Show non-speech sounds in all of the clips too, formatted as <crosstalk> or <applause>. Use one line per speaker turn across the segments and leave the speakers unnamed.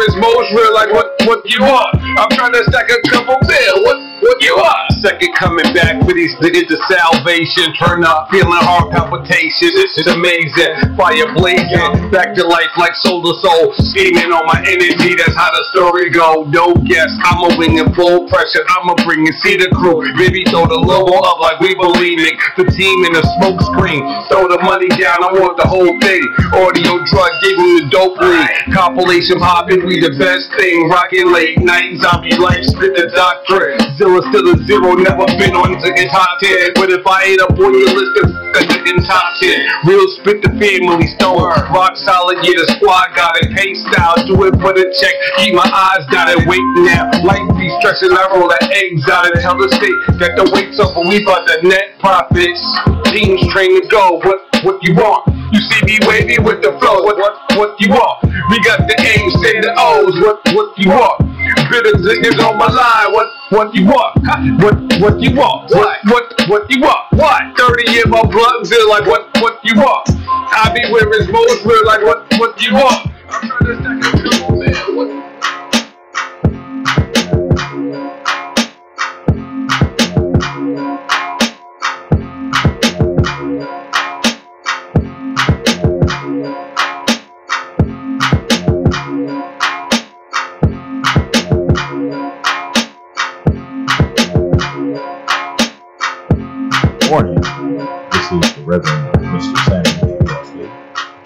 is most real, like what, what you are. I'm trying to stack a couple bill, what, what you are. Second coming back with these niggas to salvation. Turn up, feeling heart palpitations. It's just amazing. Fire blazing, back to life like soul to soul. Scheming on my energy, that's how the story go. No guess, I'ma wing it full pressure. I'ma bring it, see the crew. Baby, throw the logo up like we believe it. The team in the smoke screen. Throw the money down, I want the whole thing. Audio drug, gave him the dope lead. Compilation poppin', we the best thing. Rockin' late night, zombie life, spit the doctrine. Zero still a zero, never been on the top ten. But if I ain't up on your list, then f- the in top ten. Real spit the family stone. Rock solid, yeah, the squad got it. Pay style, do it for the check. Keep my eyes down and wait now. Life be stressing, I roll the eggs out of the hell estate. Got the weights up, and we bout the net profits. Teams train to go, what, what you want? You see me wavy with the flow, what, what, what you want? We got the A's and the O's, what, what you want? Bitter is on my line, what, what you want? Huh? What, what you want? What, what, what you want? What? 30 in my blood, feel like what, what you want? I be where it's most real, like what, what you want? I'm trying to stack a couple, man, what?
morning. This is the Reverend Mr. Samuel G. Wesley,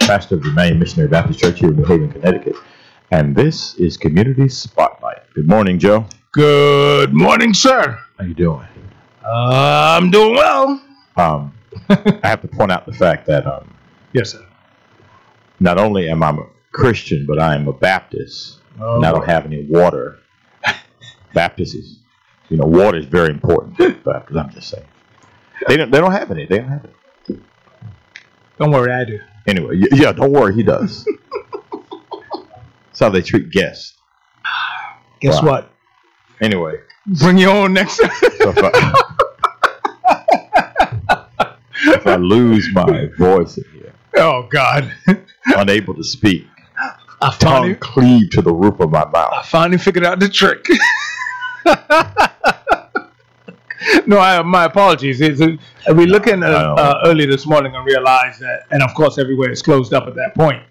pastor of the United Missionary Baptist Church here in New Haven, Connecticut. And this is Community Spotlight. Good morning, Joe.
Good morning, sir.
How you doing?
Uh, I'm doing well.
<laughs> Um, I have to point out the fact that um,
Yes, sir.
not only am I a Christian, but I am a Baptist,
Oh,
and I don't have any <laughs> water. Baptist is, you know, water is very important. <laughs> to the Baptist, I'm just saying. They don't. They don't have any. They don't have it.
don't worry, I do.
Anyway, y- yeah. Don't worry. He does. That's how they treat guests.
Guess
Wow.
what?
Anyway,
Bring your own next <laughs> time.
so if I, if I lose my voice in here,
oh, God.
unable to speak,
I
tongue
finally,
cleave to the roof of my
I
mouth.
finally figured out the trick. <laughs> no, I, my apologies. It's, uh, we looked in uh,
No.
uh, early this morning and realized that, and of course, everywhere is closed up at that point.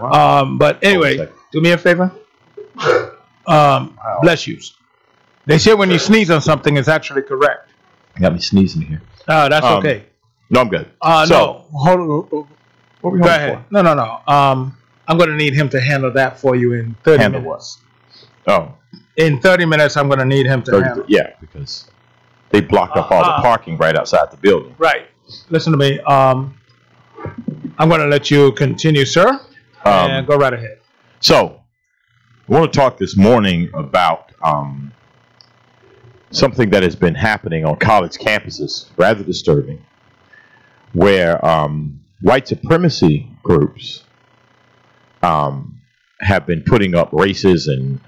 Um, but anyway,
second.
do me a favor. Um,
Wow.
Bless you. They say when you sneeze on something, it's actually correct.
Got me sneezing here.
Uh, that's
Um,
okay.
No, I'm good.
Uh,
so,
no, hold,
what we
go
going
ahead. No, no, no. Um, I'm going to need him to handle that for you in 30
Handle what?
minutes.
for? Oh,
In 30 minutes, I'm going to need him to
30
handle.
yeah, because they blocked up all
Uh-huh.
the parking right outside the building.
Right. Listen to me. Um, I'm going to let you continue, sir, and
Um,
go right ahead.
so, I want to talk this morning about um, something that has been happening on college campuses, rather disturbing, where um, white supremacy groups um, have been putting up races and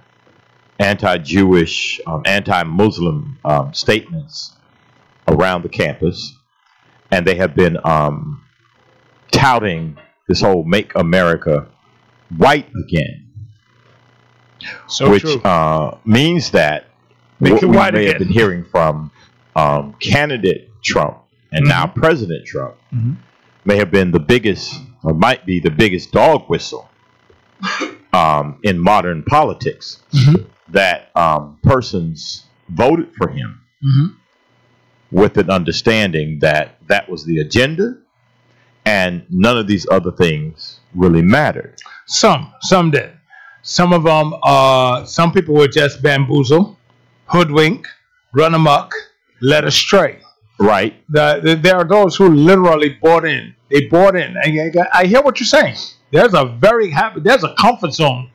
anti-Jewish, um, anti-Muslim um, statements around the campus, and they have been um, touting this whole "Make America White Again,"
So
which
Oh, true.
Uh, means that
Make
what
it
we
white
may have
again.
been hearing from um, candidate Trump and
Mm-hmm.
now President Trump
Mhm.
may have been the biggest, or might be the biggest dog whistle um, in modern politics.
Mhm.
That um, persons voted for him
Mhm.
with an understanding that that was the agenda, and none of these other things really mattered.
Some, some did. Some of them, uh, some people were just bamboozled, hoodwink, run amok, led astray.
Right?
The, the, there are those who literally bought in. They bought in. I, I- I hear what you're saying. There's a very happy, there's a comfort zone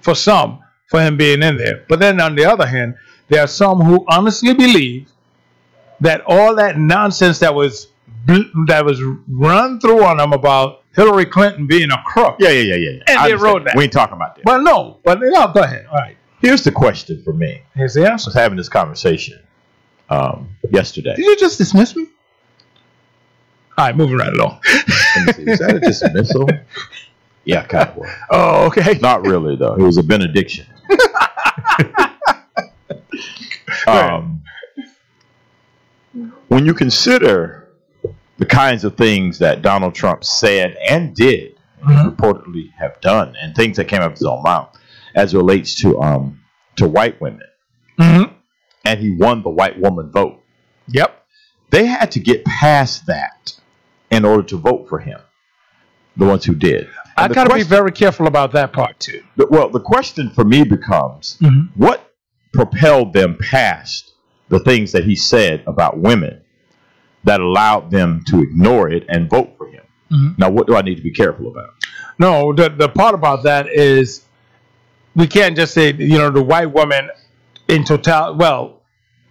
for some for him being in there. But then on the other hand, there are some who honestly believe that all that nonsense that was bl- that was run through on them about Hillary Clinton being a crook.
Yeah, yeah, yeah, yeah. yeah.
And
I
they
understand.
wrote that.
We ain't talking about that.
Well, no, but yeah, go ahead. All right.
Here's the question for me.
Here's the
I
answer.
was having this conversation um,
<laughs>
yesterday.
Did you just dismiss me? All right, moving right along.
Let me see, Is that a dismissal? <laughs> Yeah, kind of was.
Oh, okay.
Not really though. It was a benediction. um, when you consider the kinds of things that Donald Trump said and did,
Mhm.
reportedly have done, and things that came out of his own mouth, as relates to um to white women,
Mhm.
and he won the white woman vote.
Yep.
They had to get past that in order to vote for him. The ones who did.
I
the
got to be
question-
very careful about that part too.
But, well, the question for me becomes
Mhm.
what propelled them past the things that he said about women that allowed them to ignore it and vote for him?
Mhm.
Now, what do I need to be careful about?
No, the the part about that is we can't just say you know the white woman in total. Well,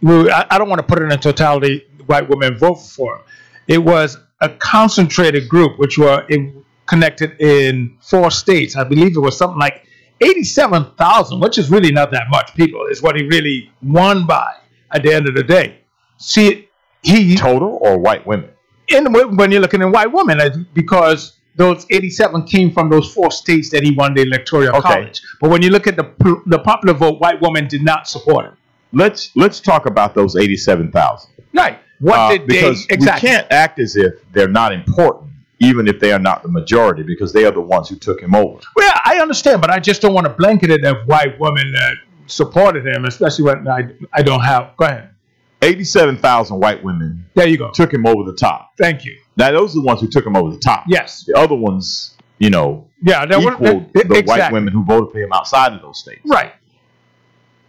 we, I, I don't want to put it in totality. White women vote for him. It was a concentrated group which were in, connected in four states. I believe it was something like eighty-seven thousand, which is really not that much people. Is what he really won by at the end of the day. See, he
Total or white women?
and when when you're looking at white women, uh, because those 87 came from those four states that he won the electoral
Okay.
college. But when you look at the pl- the popular vote, white women did not support him.
Let's let's talk about those eighty-seven thousand.
Right. What
Uh,
did they
because
exactly?
we can't act as if they're not important, even if they are not the majority, because they are the ones who took him over.
Well, I understand, but I just don't want to blanket it of white women that supported him, especially when I I don't have. Go ahead.
Eighty-seven thousand white women
There you go.
took him over the top.
Thank you.
Now, those are the ones who took him over the top.
Yes.
The other ones, you know,
Yeah. That was-
equaled
that-
the white
exactly.
women who voted for him outside of those states.
Right.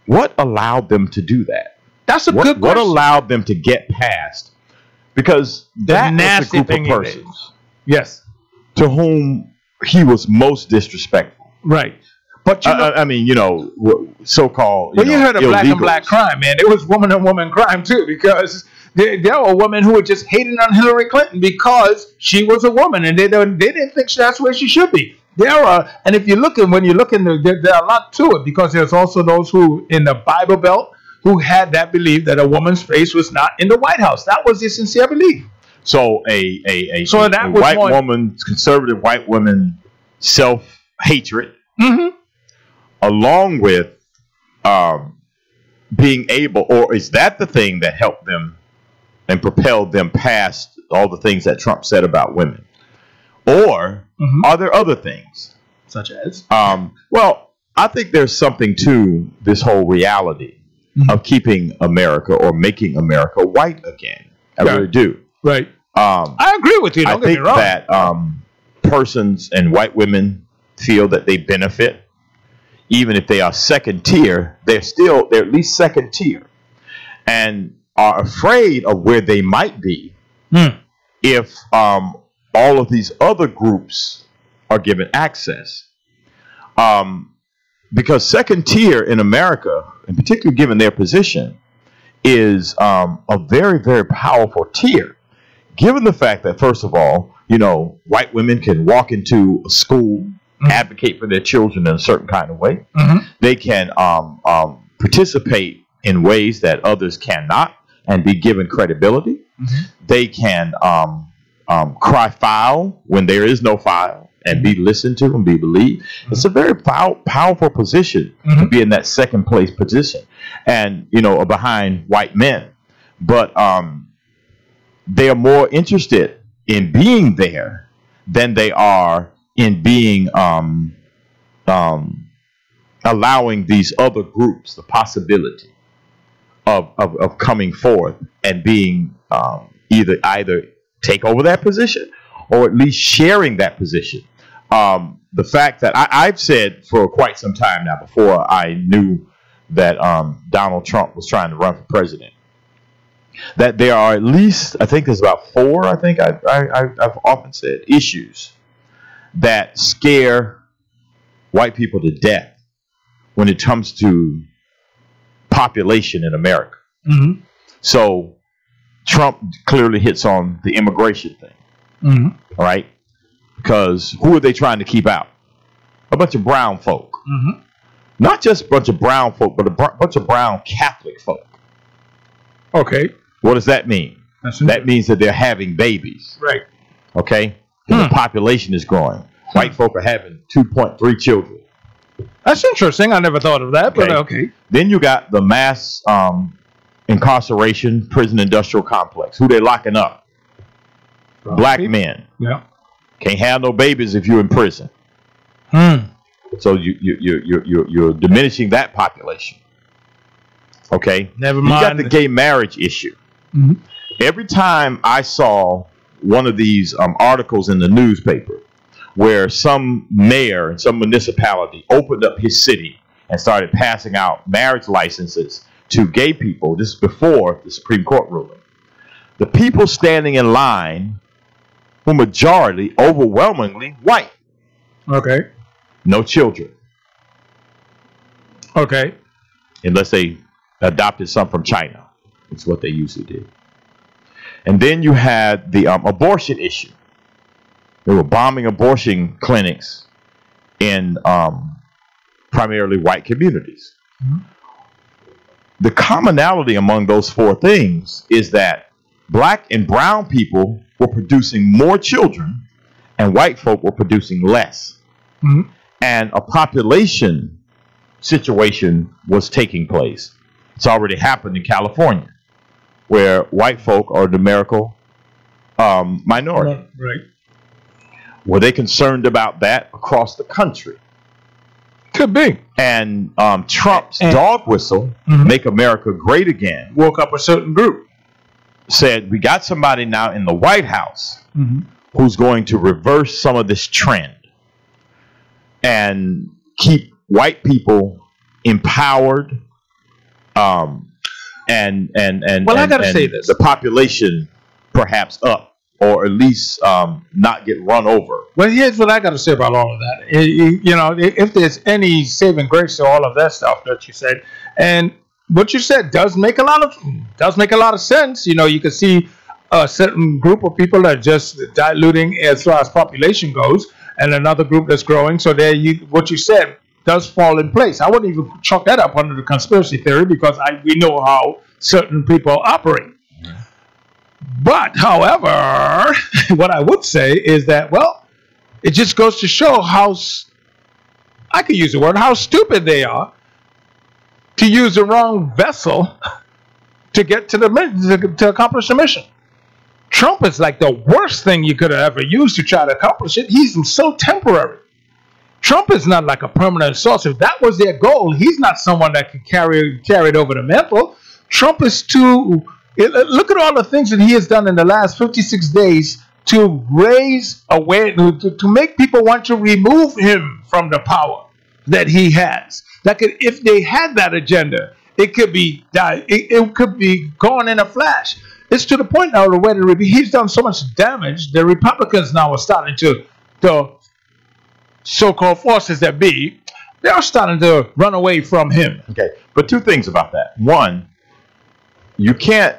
What allowed them to do that?
That's a
What,
good
what
question.
allowed them to get past? Because that was
nasty
the group
thing
of
he did.
persons
yes.
to whom he was most disrespectful.
Right. But you
I-
know,
I, I mean, you know, wh- so-called.
Well, you,
know,
heard of black and
illegals.
black crime, man. It was woman on woman crime too, because there, there were women who were just hating on Hillary Clinton because she was a woman, and they don't, they didn't think that's where she should be. There are, and if you look at when you look in, the, there, there are a lot to it because there's also those who in the Bible Belt who had that belief that a woman's place was not in the White House. That was their sincere belief.
So a a, a,
So
a-
that
a
was
white
one-
woman, conservative white woman, self hatred,
Mm-hmm.
along with um, being able, or is that the thing that helped them and propelled them past all the things that Trump said about women, or
Mhm.
are there other things?
Such as
Um, well, I think there's something to this whole reality
Mhm.
of keeping America or making America white again. I
Yeah.
really do.
right.
Um,
I agree with you.
I
Don't get
think
me wrong.
that um, persons and white women feel that they benefit, even if they are second tier. They're still they're at least second tier, and are afraid of where they might be
Hmm.
if um, all of these other groups are given access. Um, because second tier in America, in particular given their position, is um, a very, very powerful tier. Given the fact that, first of all, you know, white women can walk into a school,
Mhm.
advocate for their children in a certain kind of way,
Mhm.
they can um, um, participate in ways that others cannot and be given credibility.
Mhm.
They can um, um, cry foul when there is no foul and be listened to and be believed. It's a very pow- powerful position to
Mhm.
be in that second place position and, you know, behind white men. But um, they are more interested in being there than they are in being um, um, allowing these other groups the possibility of, of, of coming forth and being um, either either take over that position or at least sharing that position. Um, the fact that I, I've said for quite some time now, before I knew that um, Donald Trump was trying to run for president, that there are at least I think there's about four. I think I, I, I, I've often said issues that scare white people to death when it comes to population in America.
Mhm.
So Trump clearly hits on the immigration thing,
Mhm.
all right? Because who are they trying to keep out? A bunch of brown folk.
Mhm.
Not just a bunch of brown folk, but a br- bunch of brown Catholic folk.
Okay.
What does that mean?
That's
That means that they're having babies,
right.
okay? 'Cause The population is growing. White folk are having 2.3 children.
That's interesting. I never thought of that, but
Okay.
okay.
Then you got the mass um, incarceration prison industrial complex. Who they locking up? Black
People.
men
uh, Yeah.
can't have no babies if you're in prison.
Hmm.
So you you you you you're, you're diminishing that population. Okay.
Never
You got
mind.
the gay marriage issue.
Mhm.
Every time I saw one of these um, articles in the newspaper where some mayor in some municipality opened up his city and started passing out marriage licenses to gay people, this is before the Supreme Court ruling. The people standing in line were majority, overwhelmingly white,
Okay.
no children,
Okay.
unless they adopted some from China. It's what they usually did. And then you had the um, abortion issue. They were bombing abortion clinics in um, primarily white communities.
Mhm.
The commonality among those four things is that black and brown people were producing more children, and white folk were producing less.
Mhm.
And a population situation was taking place. It's already happened in California, where white folk are the numerical um, minority.
Right.
Were they concerned about that across the country?
Could be.
And um, Trump's
And-
dog whistle,
Mhm.
"Make America Great Again,"
Woke up a certain group.
said we got somebody now in the White House
Mm-hmm.
who's going to reverse some of this trend and keep white people empowered. Um, and and and
Well, I
and-
gotta
and
say this.
the population perhaps up or at least um, not get run over.
Well, here's what I got to say about all of that. I- I- You know, i- if there's any saving grace to all of that stuff that you said, and what you said does make a lot of does make a lot of sense. You know, you can see a certain group of people that are just diluting as far as population goes, and another group that's growing. So there, you what you said does fall in place. I wouldn't even chalk that up under the conspiracy theory because I we know how certain people operate. But, however, <laughs> what I would say is that, well, it just goes to show how, s- I could use the word, how stupid they are to use the wrong vessel to get to the mi- to, to accomplish the mission. Trump is like the worst thing you could have ever used to try to accomplish it. He's so temporary. Trump is not like a permanent source. If that was their goal, he's not someone that could carry carry it over the mantle. Trump is too. it- it- Look at all the things that he has done in the last 56 days to raise awareness, to, to make people want to remove him from the power that he has. That could, if they had that agenda, it could be di- it, it could be gone in a flash. It's to the point now where the, Re- he's done so much damage. The Republicans now are starting to to so-called forces that be, they are starting to run away from him.
Okay, but two things about that. One, you can't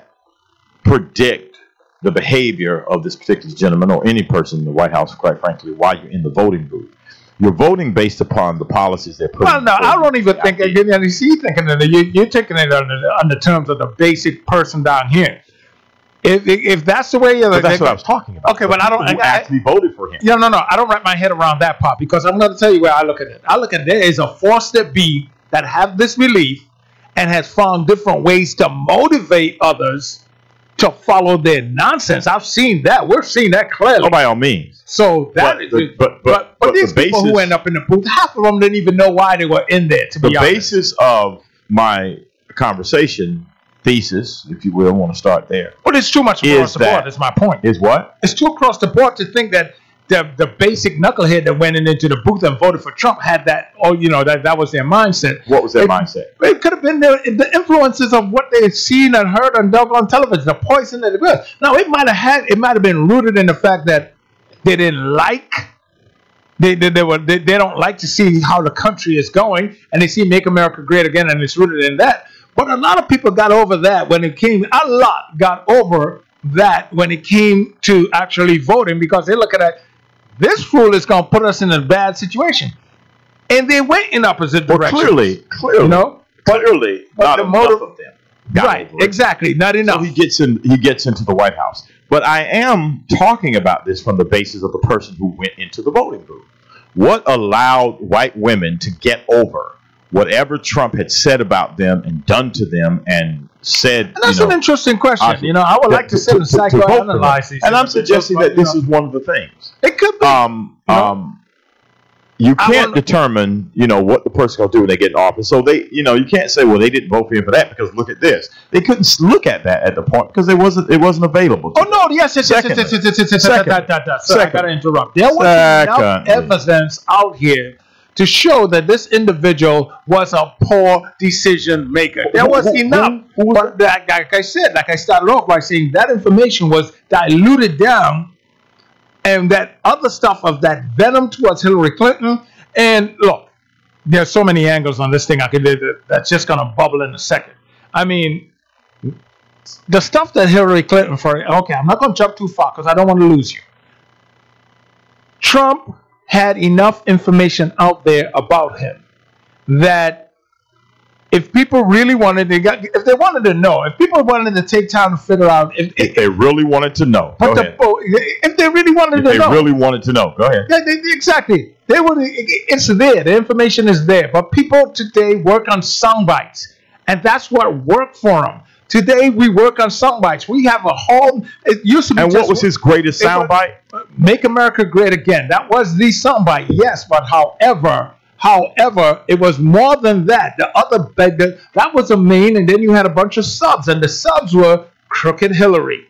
predict the behavior of this particular gentleman or any person in the White House, quite frankly, while you're in the voting booth. You're voting based upon the policies they're putting.
Well, no, I
forward.
don't even think you you see thinking of it. You, you're taking it under the, under terms of the basic person down here. If if, if that's the way you're,
But that's what I was talking about.
Okay,
The
but I don't-
people Who
I- I-
actually voted for him?
Yeah, no, no. I don't wrap my head around that part because I'm going to tell you where I look at it. I look at there is a force that be that have this belief and has found different ways to motivate others to follow their nonsense. I've seen that. We're seeing that clearly.
Oh, by all means.
So that
But
is
the- but- but- but the
these people who
basis-
end up in the booth, half of them didn't even know why they were in there. To
the
be honest,
basis of my conversation thesis, if you will, I want to start there,
but it's too much
is
across the
that-
board. Is my point.
is what?
It's too across the board to think that the the basic knucklehead that went in into the booth and voted for Trump had that. Oh, you know that that was their mindset.
What was their
It-
mindset?
It could have been the, the influences of what they've seen and heard and dug on television, the poison that it was. Now it might have had, it might have been rooted in the fact that they didn't like, they they, they were they, they don't like to see how the country is going, and they see "Make America Great Again," and it's rooted in that. But a lot of people got over that when it came. A lot got over that when it came to actually voting because they look at it. This fool is gonna put us in a bad situation, and they went in opposite
Well,
directions.
clearly, clearly,
you know.
clearly,
but
not
the
enough
motive-
of them. got
right,
over it.
exactly. Not
So
enough.
he gets in. He gets into the White House. But I am talking about this from the basis of the person who went into the voting booth. What allowed white women to get over whatever Trump had said about them and done to them and said?
And that's
you know,
an interesting question.
I-
you know, I would like to sit and
to- to- to both of them.
psychoanalyze these.
And I'm
things, but
suggesting
just,
that this
you
is one of the things.
know, it could be.
Um,
You know?
um, you
I
can't
wanna-
determine, you know, what the person gonna do when they get in office. So they, you know, you can't say, well, they didn't vote for him for that because look at this. They couldn't s- look at that at the point because it wasn't it wasn't available. to
Oh no! Yes, yes, yes, yes, yes, yes, yes, yes, yes, yes,
Secondly.
yes, yes, yes. Sir, I
Secondly.
gotta interrupt. There was enough
Secondly.
evidence out here to show that this individual was a poor decision maker. There was
Who- who-
enough,
who- who was
but like, like I said, like I started off by saying, that information was diluted down, and that other stuff of that venom towards Hillary Clinton. And look, there's so many angles on this thing I could that- that's just gonna bubble in a second. I mean, the stuff that Hillary Clinton for okay, I'm not going to jump too far because I don't want to lose you. Trump had enough information out there about him that if people really wanted to get, if they wanted to know, if people wanted to take time to figure out if,
If they really wanted to know, go
but the,
ahead.
oh, if they really wanted
If
to
they
know,
really wanted to know, go ahead.
yeah, they- they- exactly. They would. It's there. The information is there. But people today work on sound bites, and that's what worked for them. Today we work on sound bites. We have a whole. It used to be.
And
just
what was his greatest
it was-
soundbite?
"Make America Great Again"? That was the soundbite. Yes, but however, however, it was more than that. The other big- the- that was the main, and then you had a bunch of subs, and the subs were crooked Hillary.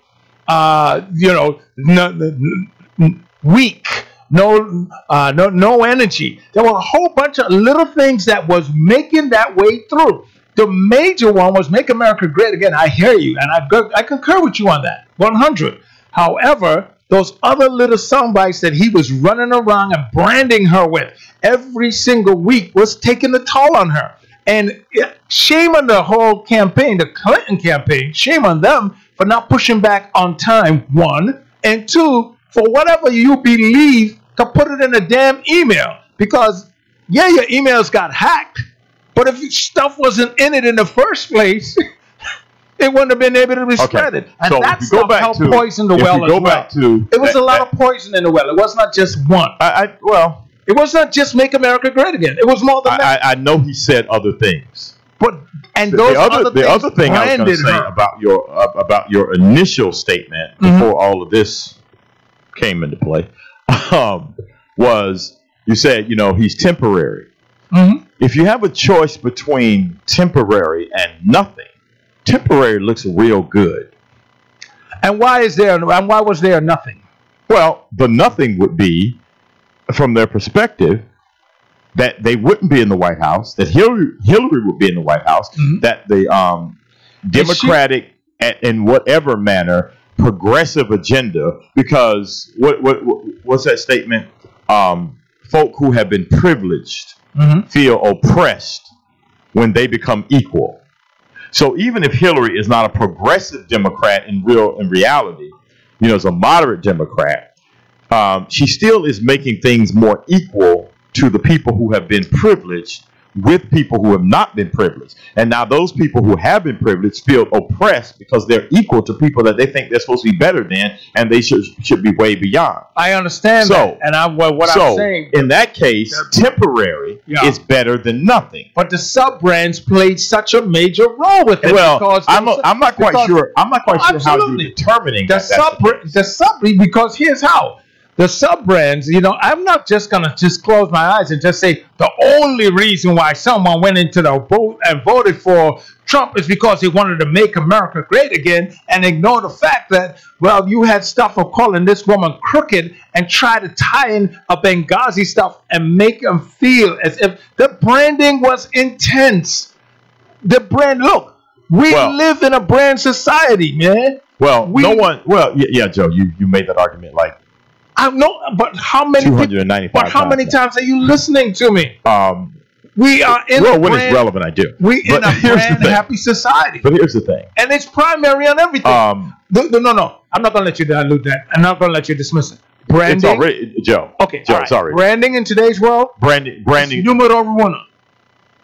Uh, you know, n- n- weak, no, uh, no, no energy. There were a whole bunch of little things that was making that way through. The major one was "Make America Great Again." I hear you, and I go- I concur with you on that, one hundred. However, those other little sound bites that he was running around and branding her with every single week was taking a toll on her. And yeah, shame on the whole campaign, the Clinton campaign. Shame on them for not pushing back on time, one. And two, for whatever you believe, to put it in a damn email. Because, yeah, your emails got hacked, but if stuff wasn't in it in the first place, <laughs> it wouldn't have been able to be spreaded. And
so
that
if you go
stuff
back
helped
to
poison the
if
well
you go
as well.
back to
It was
that-
a lot of poison in the well. It was not just one.
that- I, I well,
It was not just make America great again. It was more than that.
I, I I know he said other things.
But and
The-
those
the other, the
things
other thing I was going to
branded
say
her.
about your uh, about your initial statement
Mhm.
before all of this came into play <laughs> um, was you said you know he's temporary.
Mhm.
If you have a choice between temporary and nothing, temporary looks real good.
And why is there and why was there nothing?
Well, the nothing would be, from their perspective, that they wouldn't be in the White House, that Hillary, Hillary would be in the White House,
Mhm.
that the um, Democratic, a in whatever manner, progressive agenda, because what, what, what what's that statement? Um, folk who have been privileged
Mm-hmm.
feel oppressed when they become equal. So even if Hillary is not a progressive Democrat in real in reality, you know, is a moderate Democrat, um, she still is making things more equal to the people who have been privileged with people who have not been privileged. And now those people who have been privileged feel oppressed because they're equal to people that they think they're supposed to be better than and they should should be way beyond.
I understand
So-
that. And I what, what
so
I'm saying
in that case, temporary
Yeah.
is better than nothing.
but the sub brands played such a major role with it
well,
because
I'm, a, I'm not quite
because-
sure. I'm not quite
Oh,
sure how you're
absolutely.
determining
the
that that's
sub the sub because here's how the sub brands you know i'm not just gonna just close my eyes and just say the only reason why someone went into the vote and voted for trump is because he wanted to make america great again and ignore the fact that well you had stuff of calling this woman crooked and try to tie in a benghazi stuff and make them feel as if the branding was intense the brand look we
Well-
live in a brand society man
Well,
we-
no one. Well, yeah, yeah, Joe, you, you made that argument like
I know, but how many? peop-
295.
But how many times are you listening to me?
Um,
We are in
well,
a
when
brand,
it's relevant, I do.
we
But
in
<laughs>
a
here's the
brand
thing.
happy society,
But here's the thing.
and it's primary on everything.
Um,
no, no, no, no. I'm not gonna let you dilute that. I'm not gonna let you dismiss it. Branding.
it's already Joe.
okay,
Joe.
all right.
Sorry,
Branding in today's world,
branding.
is
Branding.
numero uno.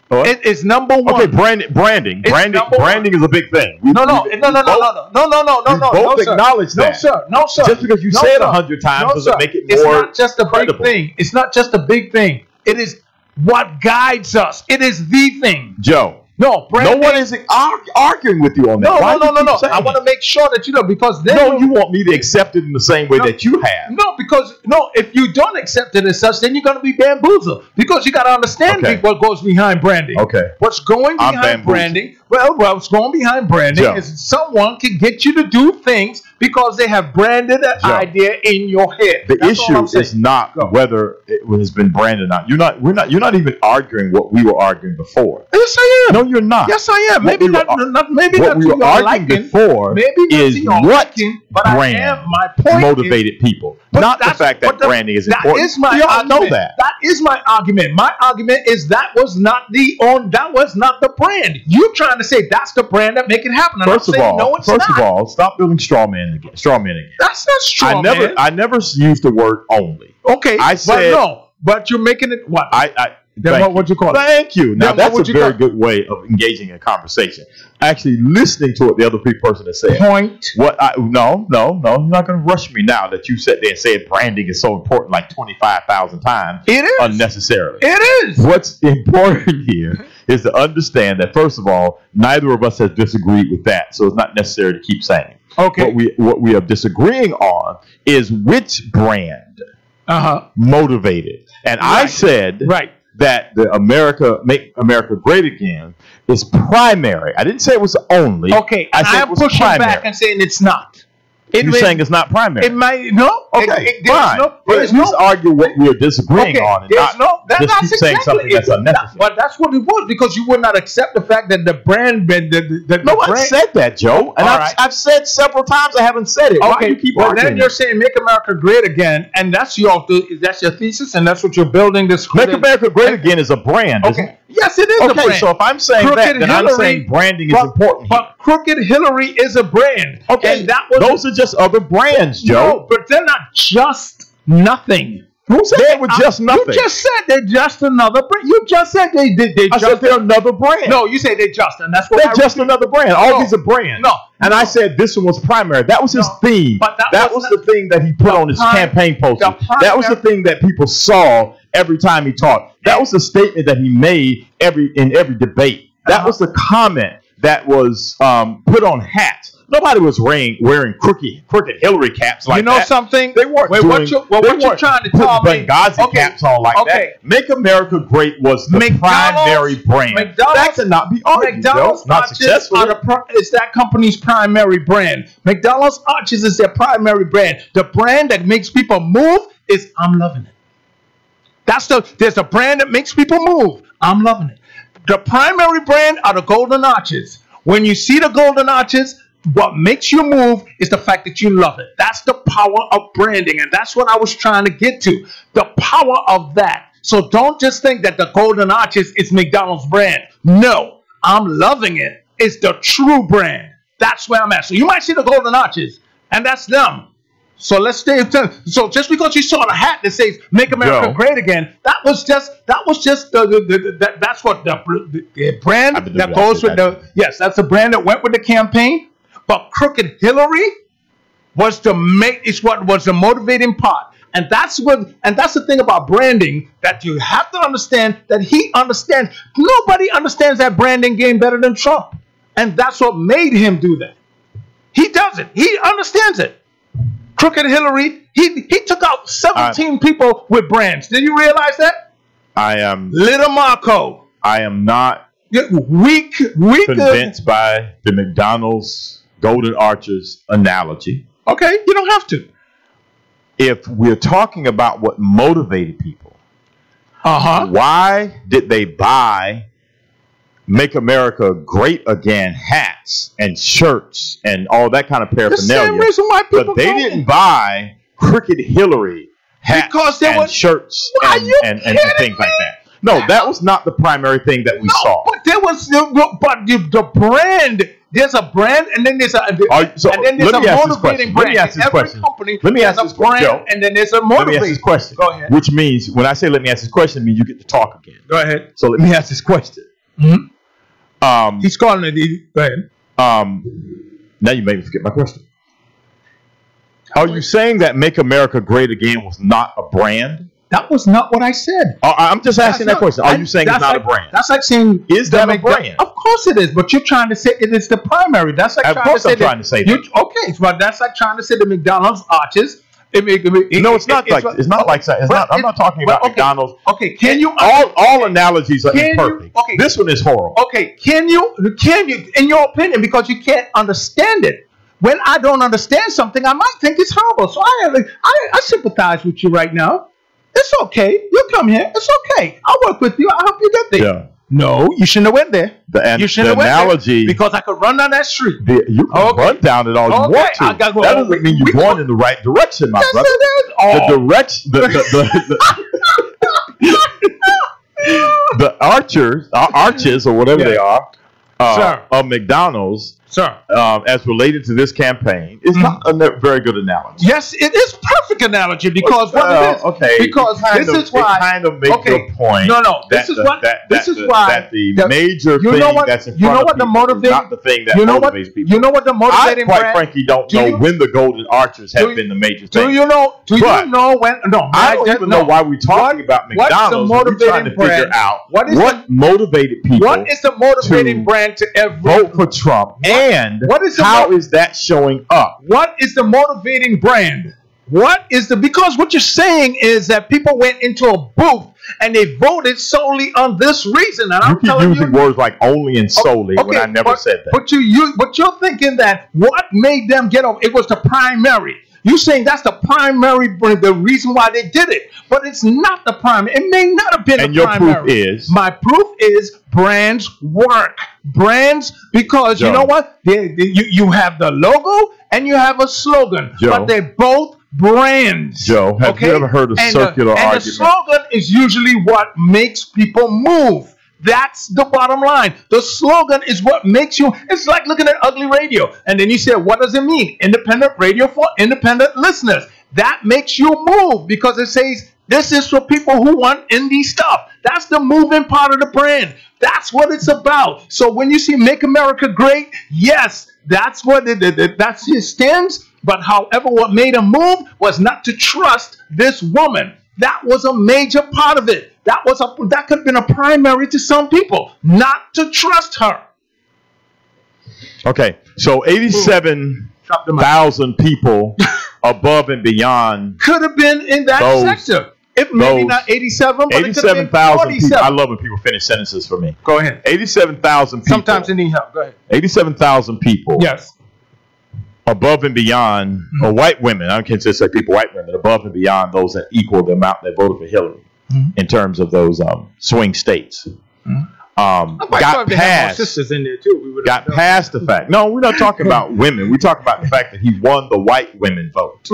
What?
It, it's number one.
Okay, brand, branding,
It's
branding,
number one.
branding is a big thing. oh, We-
no, no,
we-
no, no, no,
both-
no, no, no, no, no, no,
we
no,
both
no, sir.
acknowledge
no,
that.
sir, no, sir.
Just because you
no,
say it
sir.
a hundred times
no,
doesn't
sir.
make it
It's
more
not just a big
credible.
thing. It's not just a big thing. It is what guides us. It is the thing.
Joe.
No,
no
brand
one is arg- arguing with you on that.
No,
Why
no,
do
no,
you
no,
keep
no.
saying
I want to make sure that you know because
that?
then
No, you want me to accept it in the same way
No.
that you have.
No, because no, if you don't accept it as such, then you're going to be bamboozled because you got to understand
Okay.
be- what goes behind branding.
Okay.
What's going
I'm
behind
bamboozled.
branding? Well, well, what's going behind branding
Joe.
is someone can get you to do things because they have branded an
Joe.
idea in your head.
The
That's all I'm
issue
saying.
is not whether it has been branded or not. You're not. We're not. You're not even arguing what we were arguing before.
Yes, I am.
No, you're not.
Yes, I am.
Ah. What
Maybe
we
not,
were ar-
not. Maybe
what
not
we
to
were
your
arguing
liking.
before
Maybe not
is
to your
what
liking, but I
brand
am- my point is-
motivated people,
But
not the
that's
fact that
what the-
branding is
that
important.
is my
we all
argument.
know that.
That is my argument. My argument is that was not the on. That was not the brand. You trying to say that's the brand that make it happen? And
First
I'm
of
saying,
all,
no, it's
first
not.
of all, stop building straw man again. Straw man again.
that's not true.
I never,
Man.
I never s- used the word only.
okay,
I said-
but no. But you're making it what?
I, I
then
thank
what would you call it?
Thank you. Now
what would
that's a
you
very
call-
good way of engaging in conversation. Actually, listening to what the other pe- person is saying.
Point.
What I no no no, you're not going to rush me now that you sat there and said branding is so important like twenty five thousand times
It is.
unnecessarily.
it is.
What's important here is to understand that first of all, neither of us has disagreed with that, so it's not necessary to keep saying. What
Okay.
we what we are disagreeing on is which brand
Uh huh.
motivated. And I
Right.
said
Right.
that the America make America great again is primary. I didn't say it was only.
Okay.
I
and
said it
I'm
was
pushing
primary.
back and saying it's not. It
You're
may-
saying it's not primary.
it might no.
okay,
It- it- there's
fine.
No,
but
there's
at least
no
argue what we are disagreeing on. And
there's
not,
no, that-
just
that's
keep saying
exactly
something
it.
that's unnecessary.
But that's what it was because you would not accept the fact that the brand, that the, the, the
no one
brand,
said that, Joe. And I've,
Alright.
I've said several times I haven't said it. Why do
Okay,
you keep
well
arguing?
then you're saying make America great again, and that's your that's your thesis, and that's what you're building this.
Make America Great Again is a brand. isn't
Okay. Yes, it is
it?
a brand.
Okay, so if I'm saying that,
Crooked
then I'm
Hillary-
saying branding is
but,
important. here.
but Crooked Hillary is a brand.
okay,
and that was
those are just other brands,
no,
Joe.
but they're not just nothing.
Who said they were just nothing?
Uh, You just said they're just another brand. You just said they they, they
I
just
said they're another brand.
no. You say they're just, and that's what
They're
I
just another brand. All
No.
these are brands.
No.
And I said this one was primary. That was his
No.
theme.
But that
was,
was
the
not-
thing that he put on his
prim-
campaign poster.
the
that was the
primary-
thing that people saw every time he talked. That was the statement that he made every in every debate. That
Uh-huh.
was the comment that was um, put on hats. Nobody was wearing wearing crooked crooked Hillary caps like
you know
that.
something?
They weren't
Well,
doing.
what you, well,
they
what you're
weren't
trying to
putting
tell me?
Benghazi caps on like
okay.
that. Make America Great was the
McDonald's-
primary brand.
McDonald's-
that cannot be argued.
McDonald's
Joe. not
arches are
successful.
the pro- is that company's primary brand. McDonald's arches is their primary brand. The brand that makes people move is I'm loving it. That's the there's a brand that makes people move. I'm loving it. The primary brand are the golden arches. When you see the golden arches, what makes you move is the fact that you love it. That's the power of branding, and that's what I was trying to get to. The power of that. So don't just think that the golden arches is McDonald's brand. No, I'm loving it. It's the true brand. That's where I'm at. So you might see the golden arches, and that's them. So let's stay. So just because you saw the hat that says "Make America
Joe.
Great Again," that was just that was just the, the, the, that, that's what the, the, the brand
I've been
that
doing
goes
that.
with the yes, that's the brand that went with the campaign. But crooked Hillary was the make is what was the motivating part, and that's what and that's the thing about branding that you have to understand that he understands. Nobody understands that branding game better than Trump, and that's what made him do that. He does it. He understands it. Crooked Hillary, he he took out 17 people with brands. Did you realize that?
I am.
Little Marco,
I am not
Yeah, weak, weak. uh,
convinced by the McDonald's Golden Arches analogy.
Okay, you don't have to.
If we're talking about what motivated people,
Uh huh.
why did they buy "Make America Great Again" hats and shirts and all that kind of
The same
paraphernalia?
reason why people
But they
don't-
didn't buy crooked Hillary hats
Because there
and
was-
shirts
Why
and,
you
and, and, and things
kidding
like that. No, that was not the primary thing that we saw.
But there was the but the, the brand. There's a brand, and then there's a
Are- so,
and then there's
let
a
me ask this question.
motivating
Let me
brand.
ask this
Every
question.
company
Let me
there's
ask
a
this
brand,
question, Joe.
and then there's a
Let me ask this
motivating.
question.
Go ahead.
Which means when I say let me ask this question, it means you get to talk again.
Go ahead.
So let me ask this question.
Mhm.
Um,
He's calling it. He, go ahead.
um, now you made me forget my question. Are you saying that "Make America Great Again" was not a brand?
That was not what I said.
Uh, I- I'm just asking
That's
that question. Are
that-
you saying it's
that's
not a
like-
brand?
That's like saying
Is that a
make-
brand?
Of course it is, but you're trying to say it is the primary. That's like
Of
trying
course
to say
I'm trying to say
you- okay, but that's like trying to say the McDonald's arches. It, make- it, make-
no,
it-
it's not
it-
like it's not like that. It's
but
not. I'm
it-
not talking
but
about
okay.
McDonald's.
Okay, can you?
All all analogies are
Can you-
imperfect.
okay.
This one is horrible.
Okay, can you? Can you? In your opinion, because you can't understand it. When I don't understand something, I might think it's horrible. So I, I, I sympathize with you right now. It's okay. You come here. It's okay. I'll work with you. I'll help you get there.
Yeah.
No, you shouldn't have went there.
The, an-
you
the
shouldn't have
analogy.
went there because I could run down that street.
the, you can
Okay.
run down it all you
Okay,
want
I
to.
gotta go-
that doesn't mean
we-
you're going in the right direction, my
Yes,
brother.
it is. Oh,
The direction. The, the, the, the, the archers, uh, arches, or whatever
Yeah.
they are, uh,
Sir.
of McDonald's,
sir.
um, as related to this campaign, is
Mhm.
not a ne- very good analogy.
Yes, it is perfect analogy because what
Well,
it is.
okay,
because
it kind
this
of-
is why-
it kind of makes
okay,
your point.
No, no. This
that
is
the-
what.
that-
this
that
is
the-
why.
that the
that-
major
you know
thing
what-
that's in
you
front
know
of
what the
people is
motivating-
not the thing that
you know what?
motivates people.
You know what the
I
motivating
quite
brand.
frankly don't
Do
know
you-
when the Golden Archers
Do
have
you-
been the major
do
thing.
you know? Do
But-
you know when? No,
I don't
just-
even
no.
know why we're talking about
what's the
McDonald's. We're trying to
motivating brand?
figure out
What is
what motivated people
What is the motivating
to
brand to every?
vote for Trump, and
What is the
how
mo-
is that showing up?
What is the motivating brand? What is the because what you're saying is that people went into a booth and they voted solely on this reason, and
You
I'm
keep
telling
using
you.
words like only and solely
okay,
when I never
but,
said that.
But you, you, but you're thinking that what made them get off? It was the primary. You saying that's the primary, br- the reason why they did it, but it's not the primary. It may not have been.
And
the
your proof
primary.
is?
my proof is brands work. Brands because
Joe.
you know what? They, they- you you have the logo and you have a slogan,
Joe.
but they're both brands.
Joe, have you ever heard a
And the-
circular
and
argument?
The slogan is usually what makes people move. That's the bottom line. The slogan is what makes you. It's like looking at ugly radio, and then you say, "What does it mean? Independent radio for independent listeners." That makes you move because it says this is for people who want indie stuff. That's the moving part of the brand. That's what it's about. So when you see "Make America Great," yes, that's what it, it- it- that's his stance. But however, what made him move was not to trust this woman. That was a major part of it. That was a that could have been a primary to some people, not to trust her.
Okay, so eighty-seven
Drop the mic.
thousand
<laughs>
people above and beyond
Could have been in that
Those-
sector. If maybe
those-
not eighty-seven, but it could
Eighty-seven
have been
thousand people. I
47.
love when people finish sentences for me.
Go ahead.
Eighty-seven thousand people.
Sometimes they need help. Go ahead.
eighty-seven thousand people.
Yes.
Above and beyond,
Mm-hmm.
or white women. I can just say people, white women, above and beyond those that equal the amount that voted for Hillary
Mhm.
in terms of those um, swing states.
Mhm.
Um,
I'm quite sure
got
if they had more
past.
sisters in there too. We would
Got past the fact. No, we're not talking
<laughs>
about women. We're talking about the fact that he won the white women vote.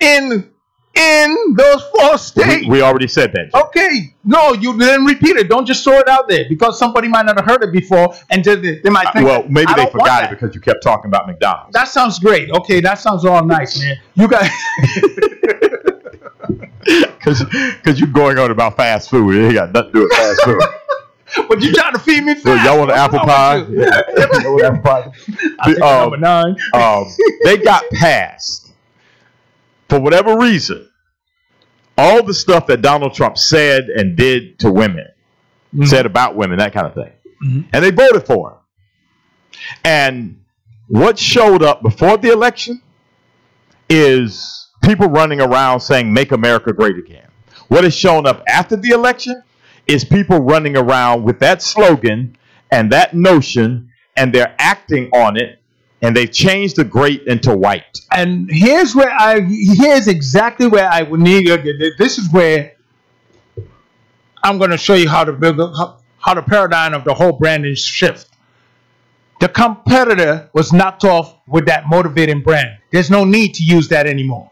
in in those four states.
We, we already said that.
Oh, Okay, no, you didn't repeat it. Don't just throw it out there because somebody might not have heard it before, and just, they might think.
Uh, Well, maybe
I
they
don't want
forgot it
that.
because you kept talking about
<laughs>
McDonald's.
That sounds great. Okay, that sounds all nice, man.
<laughs>
You got
Because you're going on about fast food. It ain't got nothing to do with fast
<laughs>
food.
but you trying to feed me fast.
So y'all want an
What's
apple
wrong
pie?
with you?
Yeah. <laughs> Y'all want an apple pie?
<laughs> I think
Um,
number nine.
um, they got past for whatever reason all the stuff that Donald Trump said and did to women,
Mhm.
said about women, that kind of thing,
Mhm.
and they voted for him. And what showed up before the election is people running around saying "Make America Great Again." What has shown up after the election is people running around with that slogan and that notion, and they're acting on it and they've changed the great into white.
And here's where I here's exactly where I would need your. This is where I'm going to show you how to build how, how the paradigm of the whole branding shift. The competitor was knocked off with that motivating brand. There's no need to use that anymore.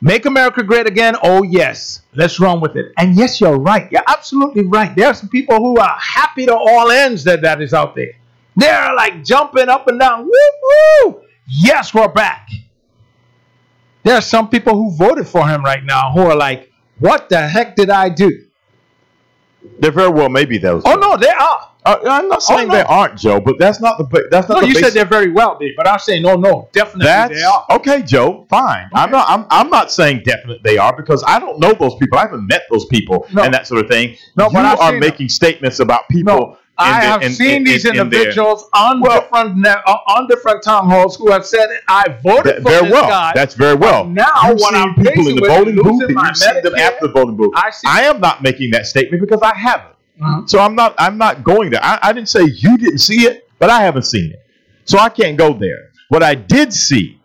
Make America great again. Oh yes, let's run with it. And yes, you're right. You're absolutely right. There are some people who are happy to all ends that that is out there. They're like jumping up and down. Woo woo! Yes, we're back. There are some people who voted for him right now who are like, "What the heck did I do?"
There very well may be those.
Oh no, they are.
Uh, I'm not saying
no.
there aren't, Joe, but that's not the. ba- That's not
No,
the
you said
basis.
they're very wealthy, but I'm saying no, no, definitely
That's
they are.
okay, Joe. Fine. I'm not. I'm, I'm not saying definite they are because I don't know those people. I haven't met those people
No.
and that sort of thing.
No,
you
but I've
are
seen
making statements about people.
No, I
in the-
have
in-
seen
in-
these
in- in their-
individuals on
Well-
different ne- uh, on different town halls who have said, "I voted
That-
for
very
this
well.
guy."
That's very well.
now
You've
when
seen
I'm
people
facing
in the
with
voting booth,
losing
and
my
you've seen them
Medicare,
after the voting booth.
I see-
am not making that statement because I haven't.
Mhm.
So I'm not. I'm not going there. I, I didn't say you didn't see it, but I haven't seen it, so I can't go there. What I did see